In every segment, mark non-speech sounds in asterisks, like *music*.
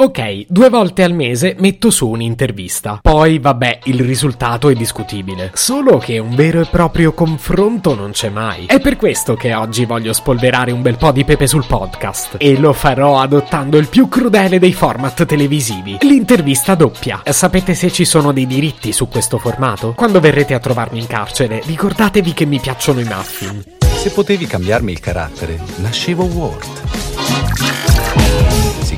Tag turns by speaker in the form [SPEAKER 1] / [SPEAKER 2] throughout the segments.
[SPEAKER 1] Ok, due volte al mese metto su un'intervista. Poi, vabbè, il risultato è discutibile. Solo che un vero e proprio confronto non c'è mai. È per questo che oggi voglio spolverare un bel po' di pepe sul podcast. E lo farò adottando il più crudele dei format televisivi, l'intervista doppia. Sapete se ci sono dei diritti su questo formato? Quando verrete a trovarmi in carcere, ricordatevi che mi piacciono i muffin.
[SPEAKER 2] Se potevi cambiarmi il carattere, nascevo Ward. Si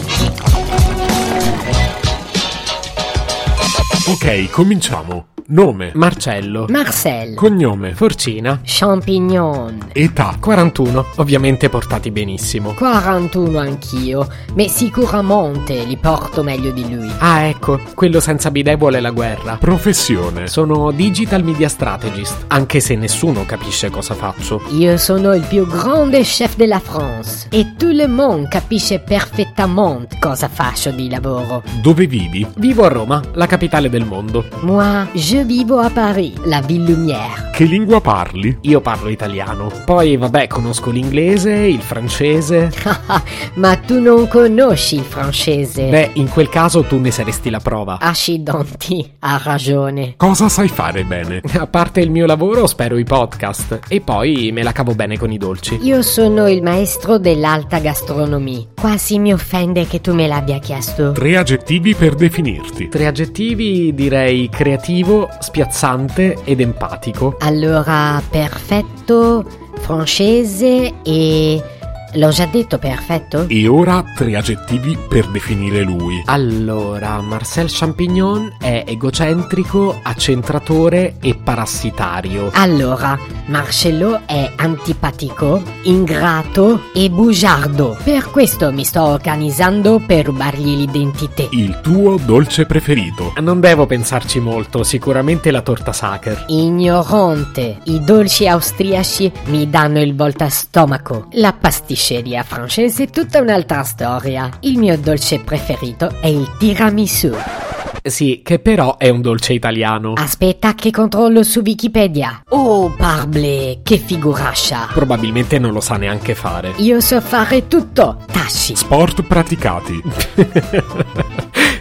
[SPEAKER 3] Ok, cominciamo. Nome,
[SPEAKER 1] Marcello.
[SPEAKER 4] Marcel,
[SPEAKER 3] cognome,
[SPEAKER 1] Forcina.
[SPEAKER 4] Champignon,
[SPEAKER 3] età,
[SPEAKER 1] 41. Ovviamente portati benissimo.
[SPEAKER 4] 41 anch'io, ma sicuramente li porto meglio di lui.
[SPEAKER 1] Ah, ecco, quello senza bidet vuole la guerra.
[SPEAKER 3] professione,
[SPEAKER 1] Sono digital media strategist, anche se nessuno capisce cosa faccio.
[SPEAKER 4] Io sono il più grande chef della France e tout le monde capisce perfettamente cosa faccio di lavoro.
[SPEAKER 3] dove vivi,
[SPEAKER 1] Vivo a Roma, la capitale del mondo.
[SPEAKER 4] Moi, je vivo a Paris, la ville lumière.
[SPEAKER 3] che lingua parli,
[SPEAKER 1] Io parlo italiano. Poi, vabbè, conosco l'inglese, il francese.
[SPEAKER 4] Ma tu non conosci il francese.
[SPEAKER 1] Beh, in quel caso tu ne saresti la prova. *laughs*
[SPEAKER 4] Accidenti, ha ragione.
[SPEAKER 3] cosa sai fare bene,
[SPEAKER 1] A parte il mio lavoro, spero i podcast. E poi me la cavo bene con i dolci.
[SPEAKER 4] Io sono il maestro dell'alta gastronomia. Quasi mi offende che tu me l'abbia chiesto.
[SPEAKER 3] tre aggettivi per definirti,
[SPEAKER 1] Tre aggettivi direi creativo, spiazzante ed empatico.
[SPEAKER 4] Allora, perfetto, francese e... L'ho già detto perfetto?
[SPEAKER 3] e ora tre aggettivi per definire lui.
[SPEAKER 1] Allora, Marcel Champignon è egocentrico, accentratore e parassitario.
[SPEAKER 4] Allora, Marcello è antipatico, ingrato e bugiardo. Per questo mi sto organizzando per rubargli l'identità.
[SPEAKER 3] Il tuo dolce preferito,
[SPEAKER 1] Non devo pensarci molto, sicuramente la torta Sacher.
[SPEAKER 4] Ignorante, i dolci austriaci mi danno il volta stomaco. La pasticceria francese è tutta un'altra storia. Il mio dolce preferito è il tiramisù.
[SPEAKER 1] Sì, che però è un dolce italiano.
[SPEAKER 4] Aspetta che controllo su Wikipedia. Oh, parble, che figuraccia.
[SPEAKER 1] Probabilmente non lo sa neanche fare. *laughs*
[SPEAKER 4] Io so fare tutto, taci.
[SPEAKER 3] sport praticati,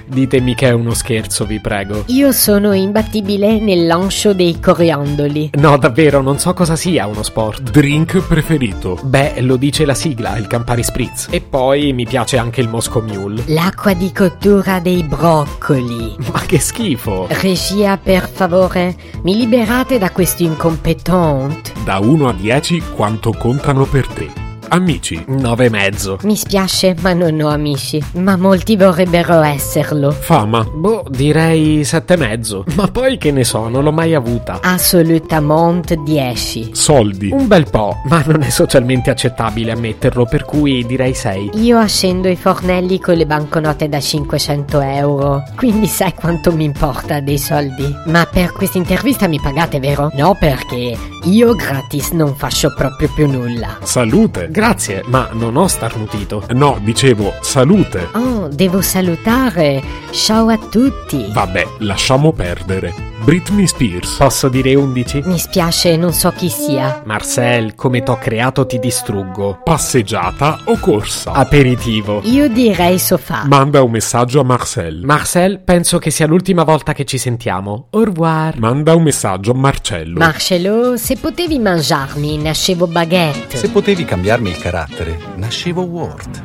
[SPEAKER 1] Ditemi che è uno scherzo, vi prego.
[SPEAKER 4] Io sono imbattibile nel lancio dei coriandoli.
[SPEAKER 1] No, davvero, non so cosa sia uno sport.
[SPEAKER 3] drink preferito,
[SPEAKER 1] Beh, lo dice la sigla, il Campari Spritz. E poi mi piace anche il Moscow Mule. *laughs*
[SPEAKER 4] L'acqua di cottura dei broccoli.
[SPEAKER 1] Ma che schifo!
[SPEAKER 4] Regia, per favore, mi liberate da questo incompetente.
[SPEAKER 3] da 1 a 10 quanto contano per te. Amici,
[SPEAKER 1] 9 e mezzo.
[SPEAKER 4] Mi spiace, ma non ho amici. Ma molti vorrebbero esserlo.
[SPEAKER 3] fama,
[SPEAKER 1] Boh, direi sette e mezzo. Ma poi che ne so, non l'ho mai avuta.
[SPEAKER 4] Assolutamente 10.
[SPEAKER 3] soldi,
[SPEAKER 1] Un bel po', ma non è socialmente accettabile ammetterlo, per cui direi 6.
[SPEAKER 4] Io ascendo i fornelli con le banconote da 500 euro, quindi sai quanto mi importa dei soldi. Ma per questa intervista mi pagate, vero? No, perché io gratis non faccio proprio più nulla.
[SPEAKER 3] salute.
[SPEAKER 1] Grazie, ma non ho starnutito.
[SPEAKER 3] No, dicevo, salute.
[SPEAKER 4] Oh, devo salutare. Ciao a tutti.
[SPEAKER 3] Vabbè, lasciamo perdere. Britney Spears,
[SPEAKER 1] Posso dire 11?
[SPEAKER 4] Mi spiace, non so chi sia.
[SPEAKER 1] Marcel, come t'ho creato ti distruggo.
[SPEAKER 3] passeggiata o corsa?
[SPEAKER 1] Ah. Aperitivo.
[SPEAKER 4] Io direi sofà.
[SPEAKER 3] Manda un messaggio a Marcel.
[SPEAKER 1] Marcel, penso che sia l'ultima volta che ci sentiamo. Au revoir.
[SPEAKER 3] Manda un messaggio a Marcello.
[SPEAKER 4] Marcello, se potevi mangiarmi, nascevo baguette.
[SPEAKER 2] Se potevi cambiarmi il carattere, nascevo Ward.